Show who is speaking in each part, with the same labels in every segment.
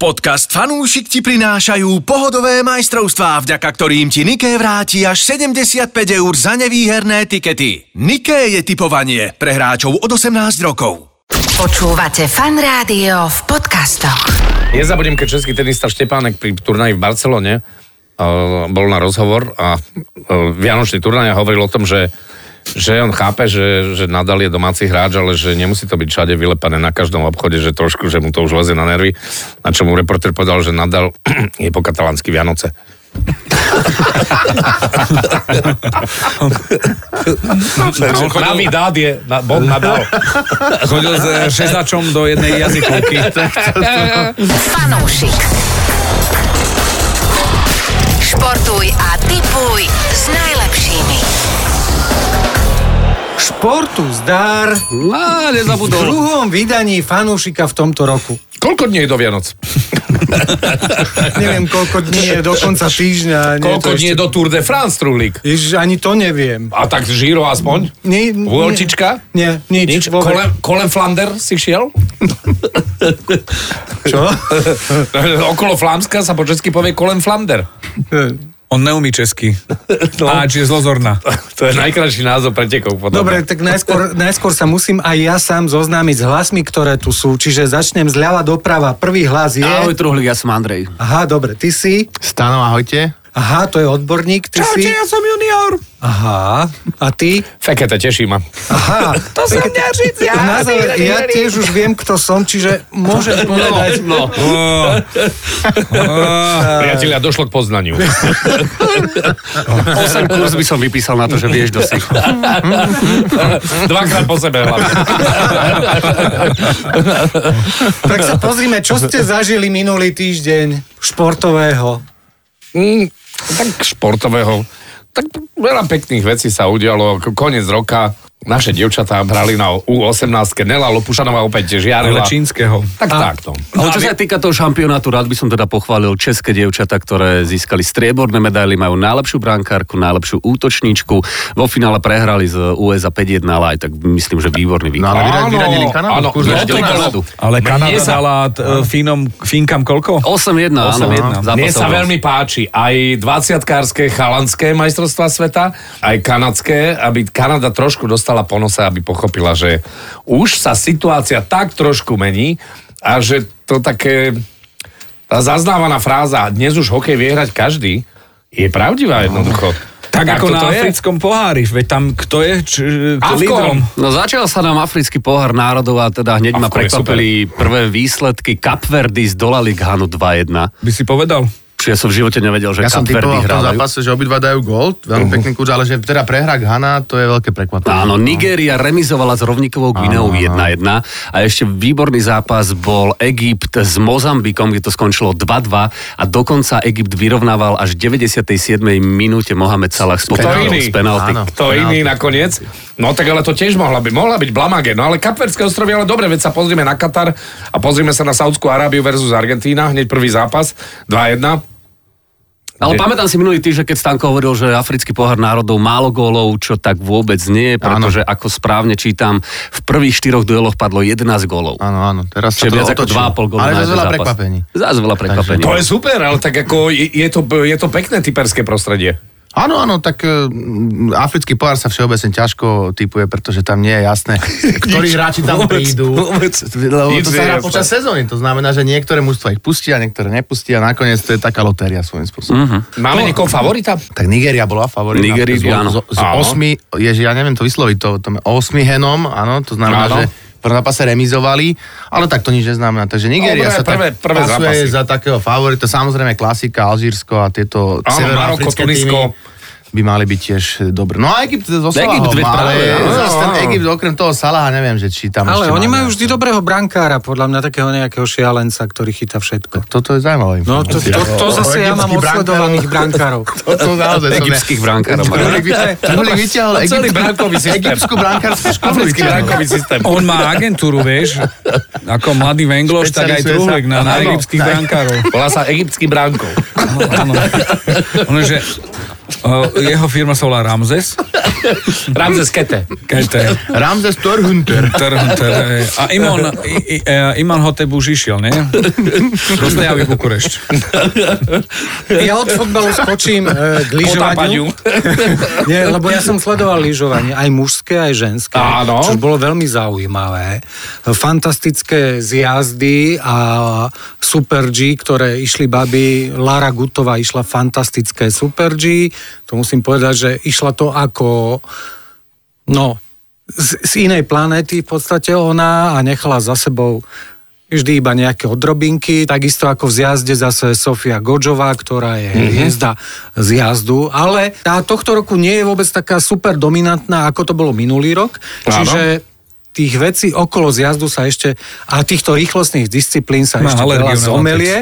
Speaker 1: Podcast Fanúšik ti prinášajú pohodové majstrovstvá, vďaka ktorým ti Niké vráti až 75 eur za nevýherné tikety. Niké je typovanie pre hráčov od 18 rokov.
Speaker 2: Počúvate fan rádio v podcastoch.
Speaker 3: Nezabudnem, keď český tenista Štepánek pri turnaji v Barcelone uh, bol na rozhovor a uh, Vianočný turnaj a hovoril o tom, že že on chápe, že, že Nadal je domáci hráč, ale že nemusí to byť všade vylepané na každom obchode, že trošku, že mu to už leze na nervy. Na čo mu reporter povedal, že Nadal je po katalánsky Vianoce. Navidad je, na, Boh Nadal.
Speaker 4: Chodil s
Speaker 3: eh,
Speaker 4: e, šezačom do jednej jazykovky.
Speaker 2: Fanúšik. Športuj a tipuj s najlepšími.
Speaker 5: Športu zdar
Speaker 3: No,
Speaker 4: Á,
Speaker 5: v
Speaker 4: nezabudol.
Speaker 5: druhom vydaní fanúšika v tomto roku.
Speaker 3: Koľko dní je do Vianoc?
Speaker 5: Neviem, koľko dní je do konca týždňa. nie, to
Speaker 3: Koľko dní je
Speaker 5: ešte-
Speaker 3: do Tour de France, Trulík?
Speaker 5: Ježiš, ani to neviem.
Speaker 3: A tak Žiro aspoň?
Speaker 5: Ni, ni-
Speaker 3: Vôľčička?
Speaker 5: Nie, nič.
Speaker 3: Nič?
Speaker 5: vôbec.
Speaker 3: Kolem, kolem Flander si šiel?
Speaker 5: Čo?
Speaker 3: Okolo Flámska sa po česky povie kolem Flander.
Speaker 4: On neumí česky. A či je zlozorná.
Speaker 3: No. To je najkrajší názov pretekov. Podobne.
Speaker 5: Dobre, tak najskôr, najskôr sa musím aj ja sám zoznámiť s hlasmi, ktoré tu sú. Čiže začnem zľava doprava. Prvý hlas je...
Speaker 6: Ahoj, Truhlík, ja som Andrej.
Speaker 5: Aha, dobre, ty si...
Speaker 6: Stano, ahojte.
Speaker 5: Aha, to je odborník, ty si...
Speaker 4: som junior.
Speaker 5: Aha, a ty?
Speaker 3: Fekete, teší ma.
Speaker 5: Aha. To som ja, na záver, ja tiež už viem, kto som, čiže môžem povedať...
Speaker 6: No,
Speaker 3: Priatelia, došlo k poznaniu.
Speaker 6: 8 kurz by som vypísal na to, že vieš, kto si.
Speaker 3: Dvakrát po sebe hlavne.
Speaker 5: Tak sa pozrime, čo ste zažili minulý týždeň športového.
Speaker 3: Mm, tak športového. Tak veľa pekných vecí sa udialo. K- Koniec roka. Naše dievčatá hrali na U18. Nela Lopušanová opäť
Speaker 4: Ale
Speaker 3: žiarila.
Speaker 4: čínskeho.
Speaker 3: Tak takto.
Speaker 6: Ale čo sa týka toho šampionátu, rád by som teda pochválil české dievčatá, ktoré získali strieborné medaily, majú najlepšiu brankárku, najlepšiu útočníčku. Vo finále prehrali z USA 5-1, ale aj tak myslím, že výborný výkon.
Speaker 7: ale vyra- vyradili Kanadu,
Speaker 3: Áno,
Speaker 7: kurz,
Speaker 3: no, to
Speaker 6: vyradili
Speaker 3: bolo-
Speaker 6: Kanadu.
Speaker 4: Ale Kanada
Speaker 3: Mne sa-
Speaker 4: dala t- e, Fínom, Fínkam koľko?
Speaker 6: 8-1, áno.
Speaker 4: 8:1.
Speaker 6: zápasov.
Speaker 3: Mne sa veľmi páči aj 20-kárske chalanské majstrovstvá sveta, aj kanadské, aby Kanada trošku dostala po nose, aby pochopila, že už sa situácia tak trošku mení a že to také, tá zaznávaná fráza, dnes už hokej vie hrať každý, je pravdivá jednoducho.
Speaker 4: Tak ako
Speaker 3: toto
Speaker 4: na
Speaker 3: je.
Speaker 4: africkom pohári. Veď tam kto je č- e,
Speaker 3: Avkom.
Speaker 4: lídrom?
Speaker 6: No začal sa nám africký pohár národov a teda hneď ma
Speaker 3: Avko je
Speaker 6: prekvapili prvé výsledky. Kapverdy zdolali Ghanu 2-1.
Speaker 4: By si povedal.
Speaker 6: Čiže ja som v živote nevedel, že
Speaker 7: Ja som
Speaker 6: Kapverdy
Speaker 7: typoval v tom
Speaker 6: hrávajú. Mhm.
Speaker 7: zápase, že obidva dajú gól, veľmi pekný kurz, ale že teda prehra Ghana, to je veľké prekvapenie.
Speaker 6: Áno, Nigéria remizovala s rovnikovou Gvineou 1-1 a ešte výborný zápas bol Egypt s Mozambikom, kde to skončilo 2-2 a dokonca Egypt vyrovnával až v 97. minúte Mohamed Salah s pokutou
Speaker 3: penalty.
Speaker 6: z penalty.
Speaker 7: Áno.
Speaker 3: To iný nakoniec. No tak ale to tiež mohla byť. Mohla byť blamage. No ale Kapverské ostrovy, ale dobre, veď sa pozrieme na Katar a pozrieme sa na Saudskú Arábiu versus Argentína. Hneď prvý zápas. 2-1.
Speaker 6: Ale pamätám si minulý týždeň, keď Stanko hovoril, že africký pohár národov málo gólov, čo tak vôbec nie, pretože ako správne čítam, v prvých štyroch dueloch padlo 11 gólov.
Speaker 7: Áno, áno, teraz sa
Speaker 6: Čiže
Speaker 7: to
Speaker 6: viac ako
Speaker 7: otočilo.
Speaker 6: 2,5 gólov.
Speaker 7: Ale
Speaker 6: na
Speaker 7: zase
Speaker 6: jeden
Speaker 7: veľa
Speaker 6: zápas.
Speaker 7: prekvapení.
Speaker 6: Zás veľa prekvapení.
Speaker 3: To je super, ale tak ako je, je, to, je to pekné typerské prostredie.
Speaker 7: Áno, áno, tak e, m, africký pohár sa všeobecne ťažko typuje, pretože tam nie je jasné, ktorí hráči tam prídu. Lebo
Speaker 3: Nič
Speaker 7: to
Speaker 3: nie je
Speaker 7: sa hrá
Speaker 3: jasné.
Speaker 7: počas sezóny, to znamená, že niektoré mužstva ich pustia, niektoré nepustia, nakoniec to je taká lotéria
Speaker 6: Mhm.
Speaker 7: svojím spôsobom.
Speaker 3: Máme niekoho favorita?
Speaker 7: Tak Nigeria bola favorita.
Speaker 6: Nigeria,
Speaker 7: z,
Speaker 6: áno.
Speaker 7: z, z
Speaker 3: Áno.
Speaker 7: osmi, ježi, ja neviem to vysloviť, to, to osmi henom, áno, to znamená,
Speaker 3: Áno.
Speaker 7: áno. že v prvom zápase remizovali, ale tak to nič neznamená. Takže Nigeria
Speaker 3: Dobre,
Speaker 7: sa
Speaker 3: prvé-
Speaker 7: tak
Speaker 3: prvé
Speaker 7: pasuje
Speaker 3: zápasy.
Speaker 7: za takého favorita. Samozrejme klasika, Alžírsko a
Speaker 3: Áno,
Speaker 7: tieto severoafrické
Speaker 3: Maroko, Tunisko.
Speaker 7: týmy by mali byť tiež dobré. No a Egypt zo
Speaker 6: Egypt,
Speaker 7: Salahom,
Speaker 6: veď práve,
Speaker 7: ale
Speaker 6: áno,
Speaker 7: zase ten
Speaker 3: áno.
Speaker 7: Egypt okrem toho Salaha neviem, že či tam
Speaker 5: Ale
Speaker 7: ešte
Speaker 5: oni
Speaker 7: máme.
Speaker 5: majú vždy dobrého brankára, podľa mňa takého nejakého šialenca, ktorý chytá všetko.
Speaker 7: Toto je zaujímavé.
Speaker 5: No to, to, to zase ja mám odsledovaných brankárov.
Speaker 7: Toto naozaj som
Speaker 6: Egyptských brankárov.
Speaker 7: Truhlík vyťa- Truhlík vyťahol
Speaker 3: A celý
Speaker 7: egyptskú-
Speaker 3: bránkový systém.
Speaker 7: egyptskú brankárskú školu.
Speaker 3: Africký
Speaker 7: vyťahol.
Speaker 3: rankový systém.
Speaker 4: On má agentúru, vieš. Ako mladý Vengloš, tak aj
Speaker 7: Špecializuje sa-
Speaker 4: Truhlík na, na
Speaker 7: Áno,
Speaker 4: egyptských brankárov.
Speaker 3: Volá sa egyptský bránkov.
Speaker 4: Áno. Ono, že O, jeho firma sa volá Ramzes.
Speaker 3: Ramzes Kete.
Speaker 4: Kete.
Speaker 7: Ramzes Torhunter.
Speaker 4: Ter, ter, hej. teda a Imon, i, i, e, Iman Hotep už išiel, nie? Dostajavý Bukurešť.
Speaker 5: Ja od fotbalu skočím e, k lyžovaniu. Nie, lebo ja som sledoval lyžovanie, aj mužské, aj ženské.
Speaker 3: Áno.
Speaker 5: Čo bolo veľmi zaujímavé. Fantastické zjazdy a Super G, ktoré išli baby. Lara Gutová išla fantastické Super G. To musím povedať, že išla to ako... No, z, z inej planéty v podstate ona a nechala za sebou vždy iba nejaké odrobinky, takisto ako v zjazde zase Sofia Godžová, ktorá je
Speaker 4: Mhm.
Speaker 5: mm-hmm. hviezda zjazdu, ale tá tohto roku nie je vôbec taká super dominantná, ako to bolo minulý rok,
Speaker 3: Áno.
Speaker 5: čiže tých vecí okolo zjazdu sa ešte a týchto rýchlostných disciplín sa
Speaker 4: Má
Speaker 5: ešte veľa
Speaker 4: alergiu na
Speaker 5: zomelie.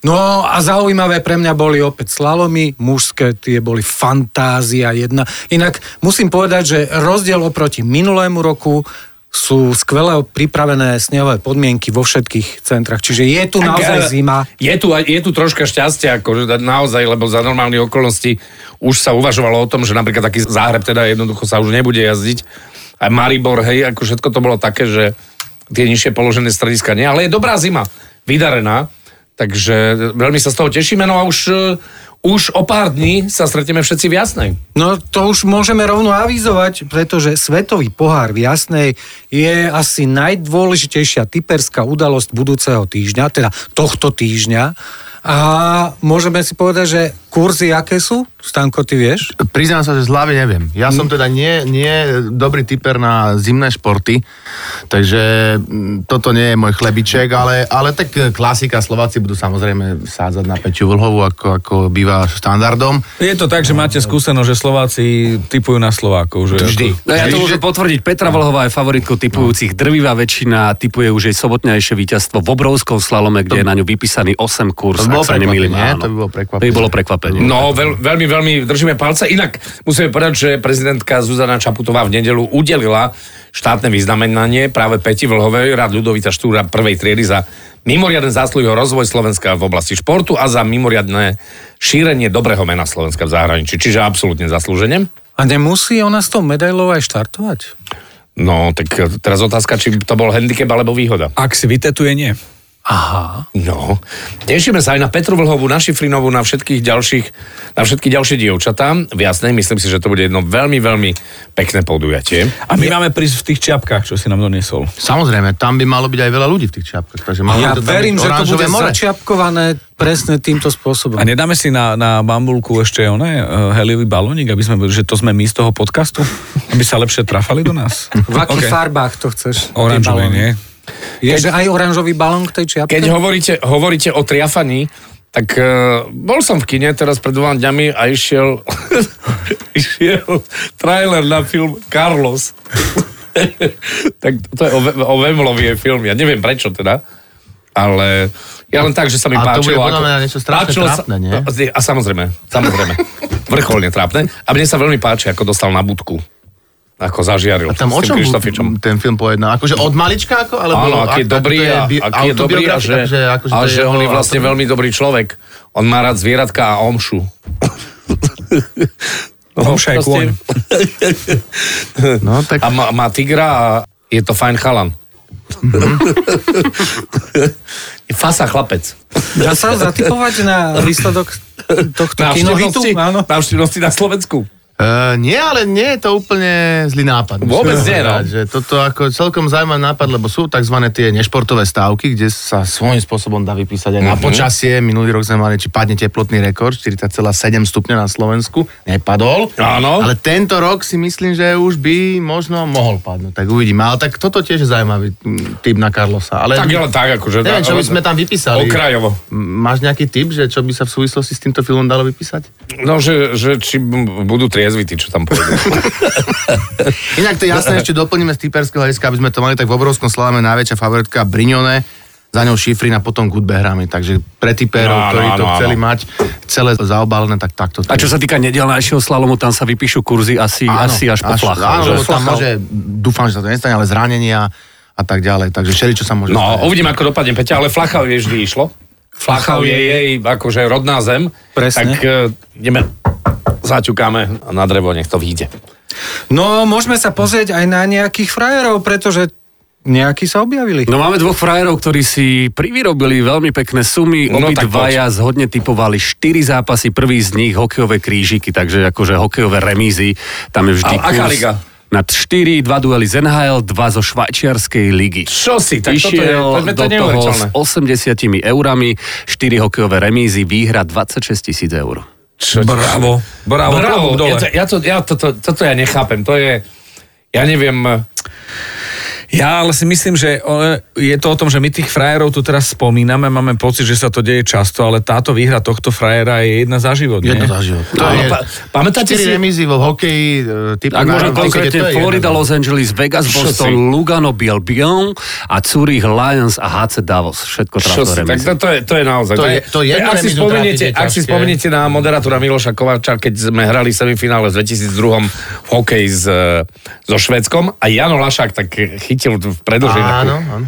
Speaker 5: No a zaujímavé pre mňa boli opäť slalomy, mužské tie boli fantázia jedna. Inak musím povedať, že rozdiel oproti minulému roku sú skvele pripravené snehové podmienky vo všetkých centrách. Čiže je tu naozaj zima.
Speaker 3: Je tu, aj- je tu troška šťastia, akože da- naozaj, lebo za normálnych okolností už sa uvažovalo o tom, že napríklad taký záhreb teda jednoducho sa už nebude jazdiť. A Maribor, hej, ako všetko to bolo také, že tie nižšie položené strediska nie, ale je dobrá zima, vydarená, takže veľmi sa z toho tešíme, no a už, e, už o pár dní sa stretneme všetci v Jasnej.
Speaker 5: No to už môžeme rovno avizovať, pretože Svetový pohár v Jasnej je asi najdôležitejšia typerská udalosť budúceho týždňa, teda tohto týždňa. A môžeme si povedať, že kurzy aké sú? Stanko, ty vieš?
Speaker 7: Priznám sa, že z hlavy neviem. Ja som teda nie, nie dobrý typer na zimné športy, takže mm, toto nie je môj chlebiček, ale, ale tak e, klasika, Slováci budú samozrejme sádzať na Peťu Vlhovú, ako, ako býva štandardom.
Speaker 4: Je to tak, že máte skúsenosť, že Slováci typujú na Slovákov. Že
Speaker 7: Vždy.
Speaker 6: No ja to môžem potvrdiť. Petra Vlhová je favoritkou typujúcich.
Speaker 7: No.
Speaker 6: Drvivá väčšina typuje už jej sobotnejšie víťazstvo v obrovskom slalome, kde je na ňu vypísaný 8 kurz.
Speaker 7: To by bolo
Speaker 6: ak sa nemýlim,
Speaker 7: prekvapenie,
Speaker 6: áno.
Speaker 7: to by bolo prekvapenie.
Speaker 6: To by bolo prekvapenie.
Speaker 3: No, veľ, veľmi, veľmi držíme palce. Inak musíme povedať, že prezidentka Zuzana Čaputová v nedelu udelila štátne vyznamenanie práve Peti Vlhovej, rád Ľudovita Štúra prvej triedy za mimoriadne zásluhy o rozvoj Slovenska v oblasti športu a za mimoriadne šírenie dobrého mena Slovenska v zahraničí. Čiže absolútne zaslúžene.
Speaker 5: A nemusí ona s tou medailou aj štartovať?
Speaker 3: No, tak e, teraz otázka, či to bol handicap alebo výhoda.
Speaker 4: Ak si vytetuje, nie.
Speaker 3: No, tešíme sa aj na Petru Vlhovú, na Šifrinovú, na všetkých ďalších, na všetky ďalšie dievčatá. V jasnej, myslím si, že to bude jedno veľmi, veľmi pekné podujatie.
Speaker 4: A my máme prísť v tých čiapkách, čo si nám doniesol.
Speaker 7: Samozrejme, tam by malo byť aj veľa ľudí v tých čiapkách. Takže malo
Speaker 5: Ja
Speaker 7: by to tam
Speaker 5: verím,
Speaker 7: byť
Speaker 5: že to
Speaker 7: oranžové
Speaker 5: bude
Speaker 7: more.
Speaker 5: začiapkované presne týmto spôsobom.
Speaker 4: A nedáme si na, na bambulku ešte oné, uh, heliový balónik, aby sme, že to sme my z toho podcastu, aby sa lepšie trafali do nás.
Speaker 5: V akých
Speaker 4: Ok.
Speaker 5: farbách to chceš?
Speaker 4: Oranžový,
Speaker 5: Tie balóny.
Speaker 4: nie?
Speaker 5: Je, že aj oranžový balón k tej čiapke?
Speaker 3: Keď hovoríte, hovoríte o triafaní, tak uh, bol som v kine teraz pred dvoma dňami a išiel, išiel trailer na film Carlos. tak to je o, Ve- o Vemlovi je film, ja neviem prečo teda, ale ja len tak, že sa mi
Speaker 7: A to bude
Speaker 3: páčilo.
Speaker 7: podľa mňa niečo strašne
Speaker 3: páčilo
Speaker 7: trápne, nie?
Speaker 3: A, a samozrejme, samozrejme, vrcholne trápne. A mne sa veľmi páči, ako dostal na budku. Ako zažiaril.
Speaker 7: A tam o
Speaker 3: s tým
Speaker 7: čom
Speaker 3: Krištofičom.
Speaker 7: ten film pojedná? Akože od malička ako? Alebo
Speaker 3: Áno, aký je
Speaker 7: ak-
Speaker 3: dobrý,
Speaker 7: to je
Speaker 3: a,
Speaker 7: bi-
Speaker 3: aký je dobrý a že,
Speaker 7: autobiografia, takže akože
Speaker 3: a
Speaker 7: to
Speaker 3: že
Speaker 7: jeho
Speaker 3: on je vlastne
Speaker 7: auto-
Speaker 3: veľmi dobrý človek. On má rád zvieratka a omšu.
Speaker 4: Omša je kôň.
Speaker 7: No, tak
Speaker 3: A má, má tigra a je to fajn chalan.
Speaker 7: Mhm.
Speaker 3: je fasa chlapec.
Speaker 5: Dá sa zatipovať na výsledok tohto kinohitu?
Speaker 3: Návštevnosti
Speaker 5: Áno.
Speaker 3: návštevnosti na Slovensku.
Speaker 7: Uh, nie, ale nie je to úplne zlý nápad. musím
Speaker 3: Vôbec nie,
Speaker 7: povedať,
Speaker 3: no.
Speaker 7: Že toto ako celkom zaujímavý nápad, lebo sú tzv. tie nešportové stávky, kde sa svojím spôsobom dá vypísať aj na
Speaker 3: Mhm.
Speaker 7: počasie. Minulý rok sme mali, či padne teplotný rekord, 40,7 stupňa na Slovensku. Nepadol.
Speaker 3: Áno.
Speaker 7: Ale tento rok si myslím, že už by možno mohol padnúť. Tak uvidíme. Ale tak toto tiež je zaujímavý mm, typ na Karlosa. Ale
Speaker 3: Tak je len tak, akože...
Speaker 7: Neviem, čo by sme tam vypísali.
Speaker 3: Okrajovo.
Speaker 7: Máš nejaký tip, že čo by sa v súvislosti s týmto filmom dalo vypísať?
Speaker 3: No, že, že či m- budú triezvi tí, čo tam pôjdu.
Speaker 7: Inak to je jasné, ešte doplníme z typerského hľadiska, aby sme to mali tak v obrovskom slávame najväčšia favoritka Brignone, za ňou Šifrin a potom Good Behrami. Takže pre typerov,
Speaker 3: Áno,
Speaker 7: ktorí to
Speaker 3: áno,
Speaker 7: chceli
Speaker 3: áno.
Speaker 7: mať celé zaobalené, tak takto. to
Speaker 6: A čo
Speaker 7: je.
Speaker 6: sa týka nedelnejšieho slalomu, tam sa vypíšu kurzy asi,
Speaker 7: Áno,
Speaker 6: asi až po flachu.
Speaker 7: Áno,
Speaker 6: že?
Speaker 7: lebo tam môže, dúfam, že sa to nestane, ale zranenia a tak ďalej. Takže všeli, čo sa môže
Speaker 3: No,
Speaker 7: stať.
Speaker 3: uvidím, ako dopadne Peťa, ale Flachau jej vždy išlo. Flachau je jej akože rodná zem.
Speaker 5: Presne.
Speaker 3: Tak uh, ideme zaťukáme na drevo, nech to vyjde.
Speaker 5: No, môžeme sa pozrieť aj na nejakých frajerov, pretože nejakí sa objavili.
Speaker 6: No máme dvoch frajerov, ktorí si privyrobili veľmi pekné sumy.
Speaker 3: No, tak
Speaker 6: Obidvaja zhodne typovali 4 zápasy, prvý z nich hokejové krížiky, takže akože hokejové remízy. Tam je vždy
Speaker 3: A aká
Speaker 6: kurz
Speaker 3: liga?
Speaker 6: nad 4, 2 duely z NHL, 2 zo švajčiarskej ligy.
Speaker 3: Čo si, tak toto je,
Speaker 6: Išiel
Speaker 3: poďme, to
Speaker 6: do
Speaker 3: je
Speaker 6: toho s
Speaker 3: neuveriteľné.
Speaker 6: 80 eurami, 4 hokejové remízy, výhra 26 tisíc eur.
Speaker 3: Čo,
Speaker 4: Bravo, bravo, klobúk dole.
Speaker 3: Ja, to, ja, to, ja toto, toto ja nechápem, to je, ja neviem,
Speaker 4: Ja ale si myslím, že e, je to o tom, že my tých frajerov tu teraz spomíname, máme pocit, že sa to deje často, ale táto výhra tohto frajera je jedna za život. nie?
Speaker 7: Jedno za život. To
Speaker 3: Áno,
Speaker 7: je,
Speaker 3: pa- pamätáte
Speaker 7: štyri
Speaker 3: si-
Speaker 7: remízy v hokeji, e, typu
Speaker 6: Ak
Speaker 7: na-
Speaker 6: môžem
Speaker 7: na krikete, to
Speaker 6: konkrétne
Speaker 7: je
Speaker 6: Florida,
Speaker 7: jedno.
Speaker 6: Los Angeles, Vegas,
Speaker 3: Čo si?
Speaker 6: Boston, Lugano, Bielbion a Zurich Lions a HC Davos. Všetko
Speaker 3: Čo
Speaker 6: trafil
Speaker 3: si, tak
Speaker 6: remízy.
Speaker 3: to, to, je, to je naozaj.
Speaker 7: To je- to je jedno
Speaker 3: ak, si
Speaker 7: remizum
Speaker 3: spomeniete,
Speaker 7: trápiť je
Speaker 3: ak si
Speaker 7: ťažké.
Speaker 3: spomeniete na moderátora Miloša Kovača, keď sme hrali semifinále v 2002 v hokeji s, e, so Švedskom a Jano Lašák tak chytil v predlžení
Speaker 7: Áno,
Speaker 3: takú,
Speaker 7: áno.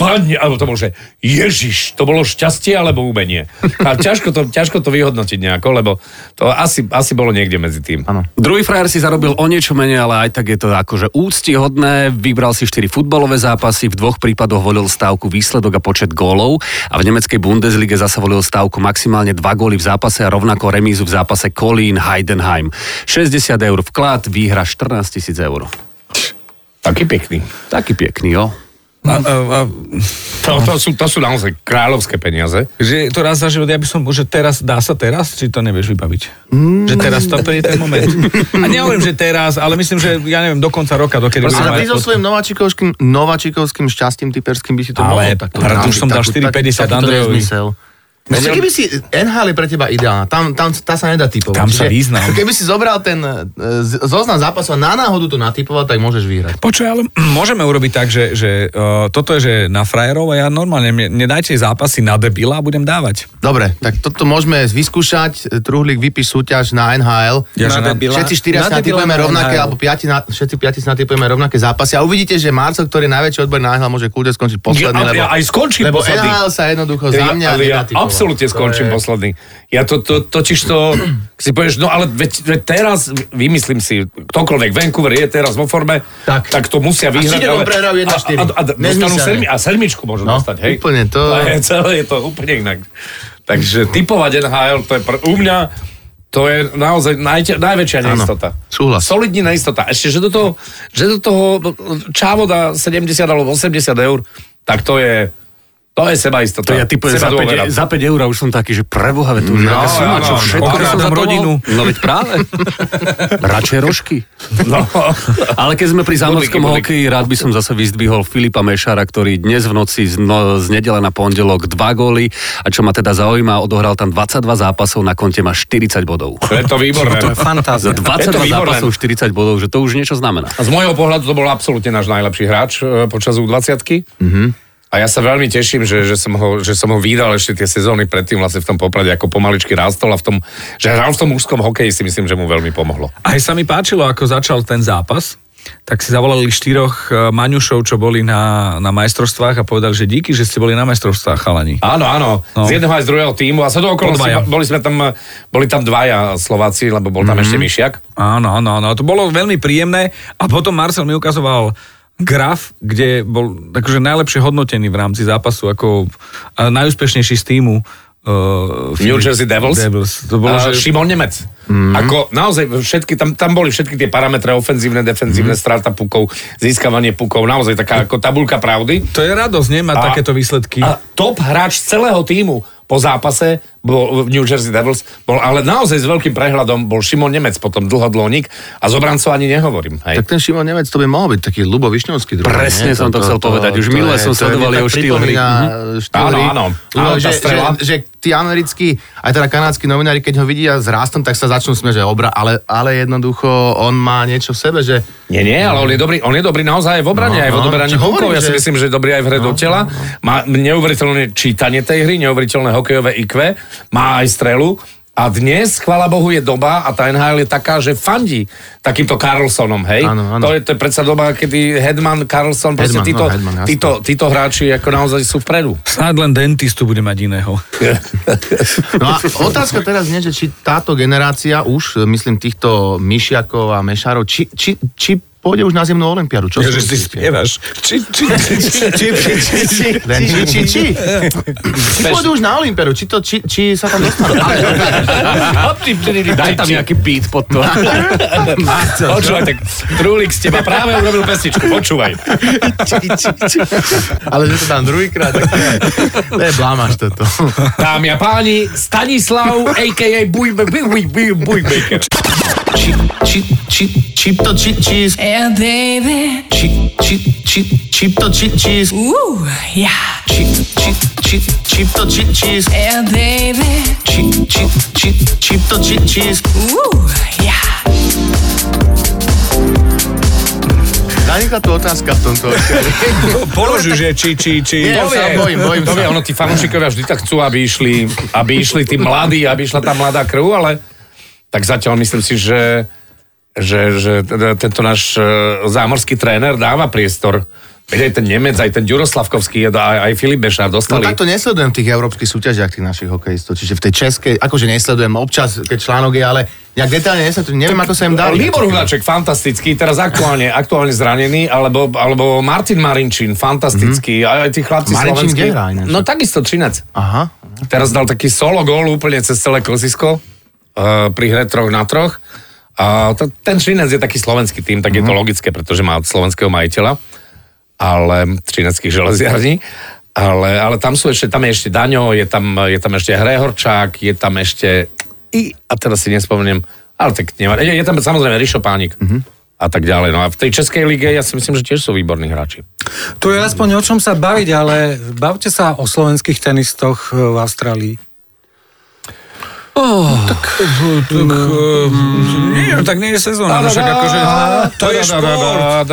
Speaker 3: pani, alebo to bolo, že Ježiš, to bolo šťastie alebo umenie. A ťažko to, ťažko to vyhodnotiť nejako, lebo to asi, asi bolo niekde medzi tým.
Speaker 7: Áno.
Speaker 6: Druhý frajer si zarobil o niečo menej, ale aj tak je to akože úctihodné. Vybral si 4 futbalové zápasy, v dvoch prípadoch volil stávku výsledok a počet gólov a v nemeckej Bundeslige zasa volil stávku maximálne 2 góly v zápase a rovnako remízu v zápase Kolín Heidenheim. 60 eur vklad, výhra 14 tisíc eur.
Speaker 3: Taký pekný.
Speaker 6: Taký pekný, jo?
Speaker 4: A, a, a,
Speaker 3: To, to, sú, to sú naozaj kráľovské peniaze.
Speaker 4: že je to raz za život, ja by som, že teraz, dá sa teraz, či to nevieš vybaviť?
Speaker 7: Mm.
Speaker 4: Že teraz to je ten moment. A nehovorím, že teraz, ale myslím, že ja neviem, do konca roka, dokedy budem
Speaker 7: Ale ty
Speaker 4: mať-
Speaker 7: so svojím nováčikovským, nováčikovským šťastím typerským by si to
Speaker 4: Ale
Speaker 7: mohol takto.
Speaker 4: preto už
Speaker 7: nažiť,
Speaker 4: som dal
Speaker 7: takú-
Speaker 4: 4,50
Speaker 7: taký- takýto
Speaker 4: Andrejovi.
Speaker 7: nezmysel. Ešte keby si, NHL je pre teba ideálna, tam, tam tá sa nedá typovať.
Speaker 4: Tam sa
Speaker 7: Čiže
Speaker 4: význam.
Speaker 7: Keby si zobral ten e, z- zoznam zápasov a na náhodu to natypoval, tak môžeš vyhrať.
Speaker 4: Počuj, ale môžeme urobiť tak, že, že uh, toto je že na frajerov a ja normálne, mne, nedajte zápasy na debila a budem dávať.
Speaker 7: Dobre, tak toto môžeme vyskúšať. Truhlík, vypíš súťaž na NHL.
Speaker 4: Ja, že na-
Speaker 7: Všetci štyria si
Speaker 5: na debila
Speaker 7: natypujeme
Speaker 5: na
Speaker 7: rovnaké,
Speaker 5: NHL.
Speaker 7: alebo piati na, všetci piati si natypujeme rovnaké zápasy. A uvidíte, že Marco, ktorý je najväčší odbor na NHL, môže kľudne skončiť posledný.
Speaker 3: Ja-
Speaker 7: lebo,
Speaker 3: ja aj skončím
Speaker 7: lebo
Speaker 3: posledný.
Speaker 7: NHL sa jednoducho za
Speaker 3: Ja-
Speaker 7: mňa
Speaker 3: ale ja
Speaker 7: nenatypoval.
Speaker 3: absolútne
Speaker 7: To
Speaker 3: skončím
Speaker 7: je-
Speaker 3: posledný. Ja to, to totiž to, si povieš, no ale veď, veď teraz, vymyslím si, ktokoľvek, Vancouver je teraz vo forme, tak,
Speaker 7: Tak.
Speaker 3: tak to musia vyhrať.
Speaker 7: Chicago
Speaker 3: ale-
Speaker 7: prehrajú
Speaker 3: A,
Speaker 7: 1:4.
Speaker 3: a, a, dostanú
Speaker 7: Nezmyselné.
Speaker 3: sedmi, a sedmičku môžu
Speaker 7: No,
Speaker 3: dostať, hej?
Speaker 7: úplne to-
Speaker 3: je, celé je to úplne inak. Takže typovať NHL, to je pr- u mňa, to je naozaj najte, najväčšia neistota.
Speaker 7: súhlas.
Speaker 3: Solidní neistota. Ešte, že do toho, že do toho čávo dá 70 alebo 80 eur, tak to je, to je sebaistota.
Speaker 6: To ja typujem za 5, za 5 eur, už som taký, že preboha, veď to už je taká suma,
Speaker 3: áno,
Speaker 6: čo
Speaker 3: áno.
Speaker 6: všetko by som
Speaker 4: Okrádam
Speaker 6: za to mohol.
Speaker 4: rodinu.
Speaker 6: No veď práve. Radšej rožky.
Speaker 3: No.
Speaker 6: Ale keď sme pri
Speaker 3: Bodíky,
Speaker 6: zámorskom
Speaker 3: bodíky.
Speaker 6: hokeji, rád by som zase vyzdvihol Filipa Mešara, ktorý dnes v noci z, no, z nedele na pondelok dva góly a čo ma teda zaujíma, odohral tam 22 zápasov, na konte má 40 bodov.
Speaker 3: To je to výborné.
Speaker 5: To je
Speaker 6: Za
Speaker 5: fantázia.
Speaker 6: 22
Speaker 3: výborné.
Speaker 6: zápasov 40 bodov, že to už niečo znamená.
Speaker 3: A z môjho pohľadu to bol absolútne náš najlepší hráč e, počas U20.
Speaker 4: Mhm.
Speaker 3: Mm-hmm. A ja sa veľmi teším, že, že, som ho, že som ho vydal ešte tie sezóny predtým vlastne v tom poprade, ako pomaličky rástol a v tom, že hral v tom mužskom hokeji si myslím, že mu veľmi pomohlo.
Speaker 4: Aj sa mi páčilo, ako začal ten zápas, tak si zavolali štyroch e, maňušov, čo boli na, na majstrovstvách a povedali, že díky, že ste boli na majstrovstvách, chalani.
Speaker 3: Áno, áno, no.
Speaker 4: No.
Speaker 3: z jedného aj z druhého týmu a sa do okolností,
Speaker 4: Podvaja.
Speaker 3: boli, sme tam, e, boli tam dvaja Slováci, lebo bol tam mm-hmm.
Speaker 4: Mhm.
Speaker 3: ešte Mišiak.
Speaker 4: Áno, áno, áno. To bolo veľmi príjemné a potom Marcel mi ukazoval graf, kde bol takže najlepšie hodnotený v rámci zápasu ako a najúspešnejší z týmu uh,
Speaker 3: New Jersey Devils.
Speaker 4: Devils. To bolo,
Speaker 3: a,
Speaker 4: že... Mhm.
Speaker 3: Šimon Nemec. Mm-hmm. Ako naozaj všetky, tam, tam boli všetky tie parametre, ofenzívne, defenzívne,
Speaker 4: Mhm.
Speaker 3: mm-hmm. strata pukov, získavanie pukov, naozaj taká ako tabulka pravdy.
Speaker 4: To je radosť, nemá
Speaker 3: A-
Speaker 4: takéto výsledky.
Speaker 3: A top hráč celého týmu po zápase bol v New Jersey Devils, bol ale naozaj s veľkým prehľadom, bol Šimon Nemec, potom dlho dlhoník a z obrancov ani nehovorím.
Speaker 7: Tak
Speaker 3: Hej.
Speaker 7: ten Šimon Nemec, to by mohol byť taký Lubo Višňovský. Druh,
Speaker 6: Presne som to chcel povedať. Už minule som sledoval jeho Mhm. štýl hry.
Speaker 3: Áno, áno. Áno, tá
Speaker 7: že, že,
Speaker 3: strela.
Speaker 7: že tí americkí, aj teda kanadskí novinári, keď ho vidia s rastom, tak sa začnú smiať, že obra, ale, ale jednoducho on má niečo v sebe, že
Speaker 3: Nie, nie, ale on je dobrý, on je dobrý naozaj aj v obrane, no,
Speaker 7: No,
Speaker 3: aj v
Speaker 7: no,
Speaker 3: odoberaní
Speaker 7: čo
Speaker 3: hokov.
Speaker 7: hovorím,
Speaker 3: Ja si
Speaker 7: že-
Speaker 3: myslím, že je dobrý aj v hre no, do tela. Má neuveriteľné čítanie tej hry, neuveriteľné hokejové IQ, má aj strelu A dnes, chvála Bohu, je doba a tá NHL je taká, že fandí takýmto Carlsonom, hej?
Speaker 7: Áno, áno.
Speaker 3: To, je, to je predsa doba, kedy Hedman, Carlson, proste
Speaker 7: Hedman, no,
Speaker 3: títo,
Speaker 7: Hedman, jasné.
Speaker 3: títo, títo hráči ako naozaj sú vpredu.
Speaker 4: Snáď len dentistu bude mať iného.
Speaker 7: No a otázka teraz nie, že či táto generácia už, myslím týchto myšiakov a mešárov, či, či, či pôjde už na zimnú olympiádu. Čo
Speaker 4: Ja, že si spievaš. Či, či, či, či, či, či, či, či.
Speaker 7: Len či, či, či. Či pôjdu už na Olympiádu, či, to, či, či sa tam dostanú.
Speaker 6: Daj tam nejaký beat pod to.
Speaker 3: Počúvaj, tak Trulík z teba práve urobil pesničku, počúvaj.
Speaker 7: Ale že to tam druhýkrát, tak to je blámaš toto.
Speaker 3: Dámy a páni, Stanislav, a.k.a. Bujbe- Buj- Buj- Buj- Bujbaker.
Speaker 7: Či, či, či, či to, či, či,
Speaker 8: Yeah, baby.
Speaker 7: či, či, či, či to, či, či,
Speaker 8: Ooh, yeah.
Speaker 7: či, či, či, či to, či, či,
Speaker 8: Yeah, baby.
Speaker 7: či, či, či, či to, či, či,
Speaker 8: Ooh, yeah.
Speaker 7: Danika tu otázka v tomto.
Speaker 4: Položí, že či, či, či.
Speaker 7: Nie,
Speaker 3: To
Speaker 7: sa
Speaker 3: vie,
Speaker 7: bojím, bojím
Speaker 3: to
Speaker 7: sa.
Speaker 3: vie, ono tí fanúšikovia vždy tak chcú, aby išli, aby išli tí mladí, aby išla tá mladá krv, ale tak zatiaľ myslím si, že, že, že teda tento náš e, zámorský tréner dáva priestor. Veď aj ten Nemec, aj ten Ďuroslavkovský, aj, aj Filip Bešár
Speaker 7: No
Speaker 3: dostali.
Speaker 7: takto nesledujem v tých európskych súťažiach tých našich hokejistov, čiže v tej českej, akože nesledujem občas, keď článok je, ale nejak detálne nesledujem, neviem, ako sa im dá.
Speaker 3: Libor Hulaček, fantastický, teraz aktuálne, aktuálne zranený, alebo, alebo Martin Marinčín, fantastický, mm-hmm. aj tí chlapci
Speaker 7: Mhm. Marinčín
Speaker 3: slovenskí.
Speaker 7: kde hrá ináč?
Speaker 3: No takisto, Činec.
Speaker 7: Aha.
Speaker 3: Teraz dal taký solo gól úplne cez celé klzisko uh, pri hre troch na troch. A to, ten Črinec je taký slovenský tým, tak mm-hmm. je to logické, pretože má slovenského majiteľa, ale Čineckých železiarní. Ale, ale tam sú ešte, tam je ešte Daňo, je tam, je tam ešte Hrehorčák, je tam ešte i, a teraz si nespomeniem, ale tak nemá, je, je tam samozrejme Rišo Pánik mm-hmm. a tak ďalej. No a v tej Českej lige ja si myslím, že tiež sú výborní hráči.
Speaker 5: Tu je aspoň o čom sa baviť, ale bavte sa o slovenských tenistoch e, v Austrálii.
Speaker 4: Tak, ehm, nie, tak nie je sezóna. no Však akože, to je šport.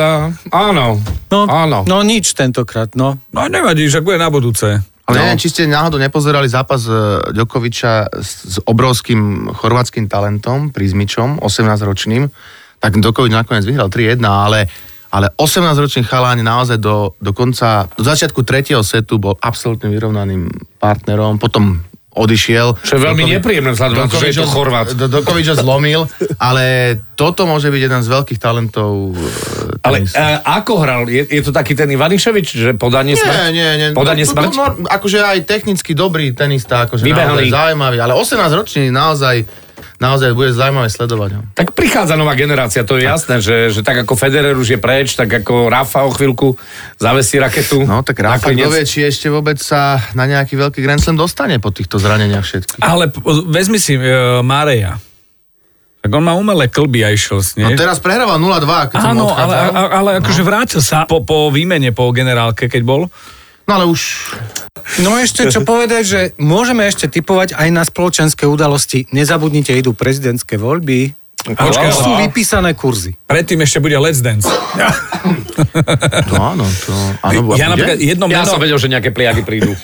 Speaker 3: Áno,
Speaker 5: No,
Speaker 3: áno.
Speaker 5: no nič tentokrát, no.
Speaker 4: No nevadí, však bude na budúce.
Speaker 7: Ale
Speaker 3: No.
Speaker 7: neviem, či ste náhodou nepozerali zápas eh, Djokoviča s, s obrovským chorvátským talentom, Prizmičom, 18-ročným, tak Djokovič nakoniec vyhral 3-1, ale, ale 18-ročný chaláň naozaj do, do konca, do začiatku tretieho setu bol absolútne vyrovnaným partnerom, potom odišiel.
Speaker 3: Čo je veľmi
Speaker 7: Djokovič-
Speaker 3: nepríjemné vzhľadom na to, že je to
Speaker 7: Djokovič ho-
Speaker 3: Chorvát.
Speaker 7: Do- Djokovič ho zlomil, ale toto môže byť jeden z veľkých talentov. eh,
Speaker 3: Ale
Speaker 7: tenisu.
Speaker 3: e, ako hral? Je, je to taký ten Ivaniševič, že podanie smrť?
Speaker 7: Nie, nie, nie.
Speaker 3: Podanie
Speaker 7: To-
Speaker 3: smrť?
Speaker 7: to- to nor- akože aj technicky dobrý tenista, akože
Speaker 3: Vybehaný.
Speaker 7: naozaj zaujímavý, ale 18-ročný naozaj, naozaj bude zaujímavé sledovať no. ho.
Speaker 3: Tak prichádza nová generácia, to je jasné, že, že tak ako Federer už je preč, tak ako Rafa o chvíľku zavesí raketu.
Speaker 7: No tak Rafa,
Speaker 3: Nakoniec.
Speaker 7: kto vie, či ešte vôbec sa na nejaký veľký Grand Slam dostane po týchto zraneniach všetkých.
Speaker 4: Ale p- vezmi si uh, Mareja. Tak on má umelé klby a išiel s
Speaker 7: No
Speaker 4: nej.
Speaker 7: teraz prehrával 0-2, keď som
Speaker 4: Áno, ale,
Speaker 7: odchádzal.
Speaker 4: a- ale akože
Speaker 3: No.
Speaker 4: vrátil sa po, po výmene, po generálke, keď bol.
Speaker 7: No ale už...
Speaker 5: No ešte čo povedať, že môžeme ešte typovať aj na spoločenské udalosti. Nezabudnite, idú prezidentské voľby.
Speaker 4: Počkaj,
Speaker 5: Už sú
Speaker 4: ale
Speaker 5: vypísané kurzy.
Speaker 4: predtým ešte bude Let's Dance.
Speaker 7: To áno, to... Áno, bude.
Speaker 4: Ja napríklad jedno
Speaker 3: Ja
Speaker 4: meno,
Speaker 3: som vedel, že nejaké pliagy prídu.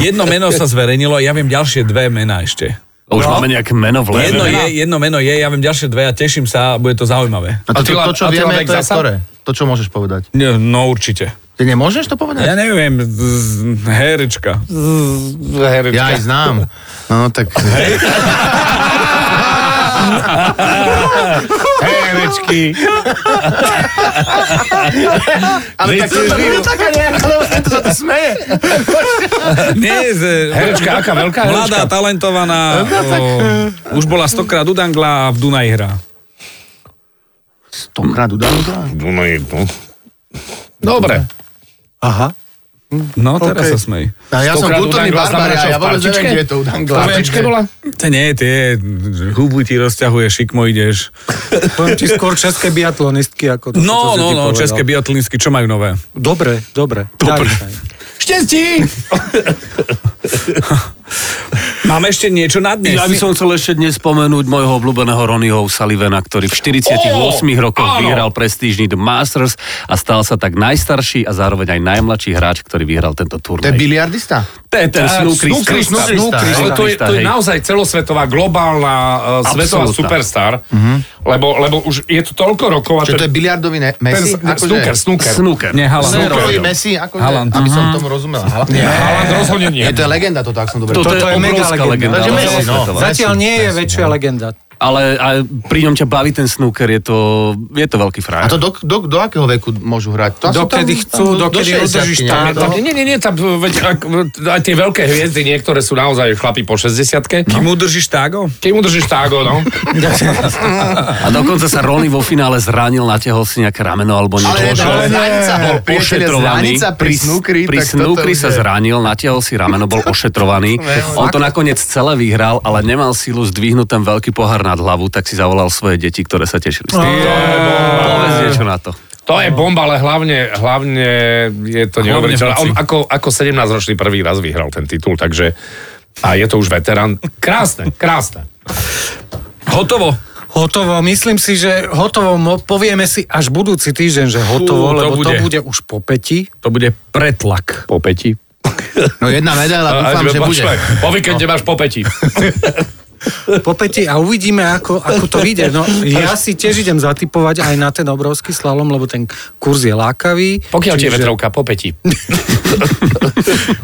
Speaker 4: jedno meno sa zverejnilo, ja viem ďalšie dve mená ešte.
Speaker 6: Už máme nejaké meno v
Speaker 4: No. Jedno,
Speaker 6: leve.
Speaker 4: je, jedno meno je, ja viem ďalšie dve a teším sa, bude to zaujímavé.
Speaker 7: A to, to,
Speaker 3: Attila-
Speaker 7: to, čo
Speaker 3: Attila
Speaker 7: vieme,
Speaker 3: Beck
Speaker 7: to je
Speaker 3: zasa?
Speaker 7: ktoré? To, čo môžeš povedať.
Speaker 4: Ne, No určite.
Speaker 7: Ty nemôžeš to
Speaker 4: Ja
Speaker 7: povedať?
Speaker 4: neviem, z- herečka.
Speaker 7: Ja aj znám. No tak...
Speaker 3: Herečky.
Speaker 7: Ale tak toto je taká nejaká, lebo tento sa to smeje.
Speaker 4: Nie, z,
Speaker 3: Herečka, aká veľká herečka.
Speaker 4: Mladá, talentovaná, o, už bola stokrát u Dangla a v Dunaj hrá.
Speaker 7: Stokrát udal.
Speaker 3: No, je to. Dobre.
Speaker 5: Aha.
Speaker 4: No, teraz sa smej.
Speaker 7: A ja som
Speaker 3: Stokrát
Speaker 7: kultúrny
Speaker 3: Udangla
Speaker 7: barbar,
Speaker 3: znamená, čo,
Speaker 7: ja
Speaker 3: v
Speaker 7: vôbec neviem,
Speaker 3: partičke?
Speaker 7: kde je to u
Speaker 3: V
Speaker 7: Dangla.
Speaker 3: partičke bola?
Speaker 4: To nie, tie hubu ti rozťahuje, šikmo ideš.
Speaker 5: Poviem ti skôr české biatlonistky, ako to, čo
Speaker 4: No, no,
Speaker 5: si ty
Speaker 4: no,
Speaker 5: povedal.
Speaker 4: české biatlinsky, čo majú nové?
Speaker 5: Dobre, dobre. Dobre. Daj, daj.
Speaker 3: Šťastí!
Speaker 4: Máme ešte niečo na dnes.
Speaker 6: Ja by som chcel ešte dnes spomenúť môjho obľúbeného Ronnieho Sullivana, ktorý v 48 oh, rokoch áno. vyhral prestížny The Masters a stal sa tak najstarší a zároveň aj najmladší hráč, ktorý vyhral tento
Speaker 7: To je
Speaker 6: turnaj.
Speaker 7: biliardista?
Speaker 6: To je ten
Speaker 3: Snookrista,
Speaker 6: snookrista.
Speaker 7: Snookrista,
Speaker 3: snookrista, ale no, to je, to je
Speaker 6: hej.
Speaker 3: naozaj celosvetová, globálna, uh, svetová
Speaker 6: Absolútna.
Speaker 3: superstar,
Speaker 7: Mhm.
Speaker 3: lebo, lebo už je to toľko rokov a
Speaker 7: Čo to je
Speaker 3: ten,
Speaker 7: biliardový ne-
Speaker 3: ten
Speaker 7: Messi? Akože-
Speaker 3: snooker, snooker.
Speaker 6: Snooker.
Speaker 4: Nie, Haaland.
Speaker 7: Snookerový Messi, akože,
Speaker 4: Haaland.
Speaker 7: aby som
Speaker 5: Mhm.
Speaker 7: tomu rozumel. Haaland.
Speaker 3: Haaland rozhodne nie.
Speaker 7: Je to je legenda toto, ak som dobre
Speaker 6: Toto, je,
Speaker 7: To-
Speaker 5: je mega
Speaker 6: obrovská
Speaker 5: legenda.
Speaker 6: legenda.
Speaker 7: Takže
Speaker 6: ale
Speaker 7: Messi, no.
Speaker 6: celosvetová.
Speaker 5: Zatiaľ nie je
Speaker 7: Messi,
Speaker 5: väčšia legenda.
Speaker 6: Ale ale pri ňom ťa baví ten snooker, je to, je to veľký
Speaker 7: A
Speaker 6: frajer.
Speaker 7: to do, do, do akého veku môžu hrať? To asi
Speaker 5: Dokedy
Speaker 7: tam-
Speaker 5: chcú,
Speaker 7: tam do-
Speaker 5: dokedy
Speaker 7: do 60
Speaker 5: udržíš
Speaker 7: nejak,
Speaker 5: tam.
Speaker 7: no.
Speaker 3: Tam, nie, nie, nie, tam, eh, veď, ak, aj tie veľké hviezdy, niektoré sú naozaj chlapi po 60
Speaker 4: Kým udržíš tágo?
Speaker 3: Keď mu držíš tágo, no.
Speaker 6: A dokonca sa Ronny vo finále zranil, natiahol si nejaké rameno alebo
Speaker 7: Ale
Speaker 6: niečo.
Speaker 7: je to
Speaker 6: že
Speaker 7: ale zranica, bol
Speaker 6: bol
Speaker 7: ošetrovaný.
Speaker 6: ošetrovaný.
Speaker 7: Pri snukri,
Speaker 6: pri snukri sa zranil, natiahol si rameno, bol ošetrovaný. On to nakoniec celé vyhral, ale nemal sílu zdvihnúť ten veľký pohár nad hlavu, tak si zavolal svoje deti, ktoré sa tešili. z toho. Povedz niečo na to.
Speaker 3: To je bomba, ale hlavne, hlavne je to neuveriteľné.
Speaker 4: hoci.
Speaker 3: On ako, ako 17-ročný prvý raz vyhral ten titul, takže a je to už veterán. Krásne, krásne.
Speaker 4: Hotovo.
Speaker 5: Hotovo, myslím si, že hotovo, mo- povieme si až budúci týždeň, že hotovo,
Speaker 4: Fú, to
Speaker 5: lebo to
Speaker 4: bude.
Speaker 5: bude už po peti.
Speaker 4: To bude pretlak.
Speaker 3: Po peti.
Speaker 7: No jedna medaila, dúfam, že bude.
Speaker 3: Eh, Po víkende máš po peti.
Speaker 5: Po peti a uvidíme, ako, ako to vyjde. No, ja si tiež idem zatipovať aj na ten obrovský slalom, lebo ten kurz je lákavý.
Speaker 3: Pokiaľ ti je
Speaker 5: Čiže-
Speaker 3: vetrovka, po peti.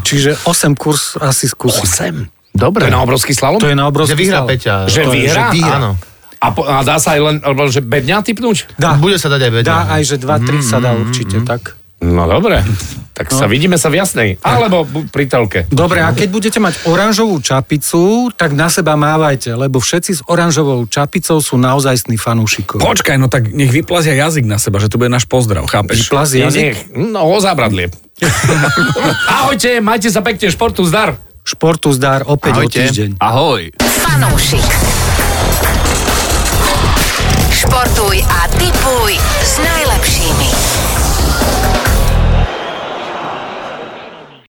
Speaker 5: Čiže 8 kurz asi skúsim.
Speaker 3: Sem.
Speaker 7: Dobre.
Speaker 3: To je na obrovský slalom?
Speaker 5: To je na
Speaker 7: Že
Speaker 5: obrovský
Speaker 7: vyhrá
Speaker 5: slalom.
Speaker 7: Peťa.
Speaker 3: Že
Speaker 7: To je,
Speaker 3: vyhrá?
Speaker 7: Áno.
Speaker 3: A, po, a dá sa aj len, alebo že bedňa typnúť?
Speaker 5: Dá,
Speaker 7: Bude sa dať aj vedieť.
Speaker 5: dá aj, že 2-3 sa
Speaker 3: Mm,
Speaker 5: dá určite, tak.
Speaker 3: No dobre, tak sa vidíme sa v jasnej. Alebo bu- pri telke.
Speaker 5: Dobre, a keď budete mať oranžovú čapicu, tak na seba mávajte, lebo všetci s oranžovou čapicou sú naozajstní fanúšikovia.
Speaker 4: Počkaj, no tak nech vyplazia jazyk na seba, že to bude náš pozdrav, chápeš?
Speaker 5: Vyplaz
Speaker 3: Nie,
Speaker 5: jazyk,
Speaker 3: nie, no o zábradlie. Ahojte, majte sa pekne, športu zdar.
Speaker 5: športu zdar opäť o
Speaker 7: Ahojte.
Speaker 5: týždeň.
Speaker 6: Ahoj.
Speaker 2: Fanúšik. Športuj a tipuj s najlepšími.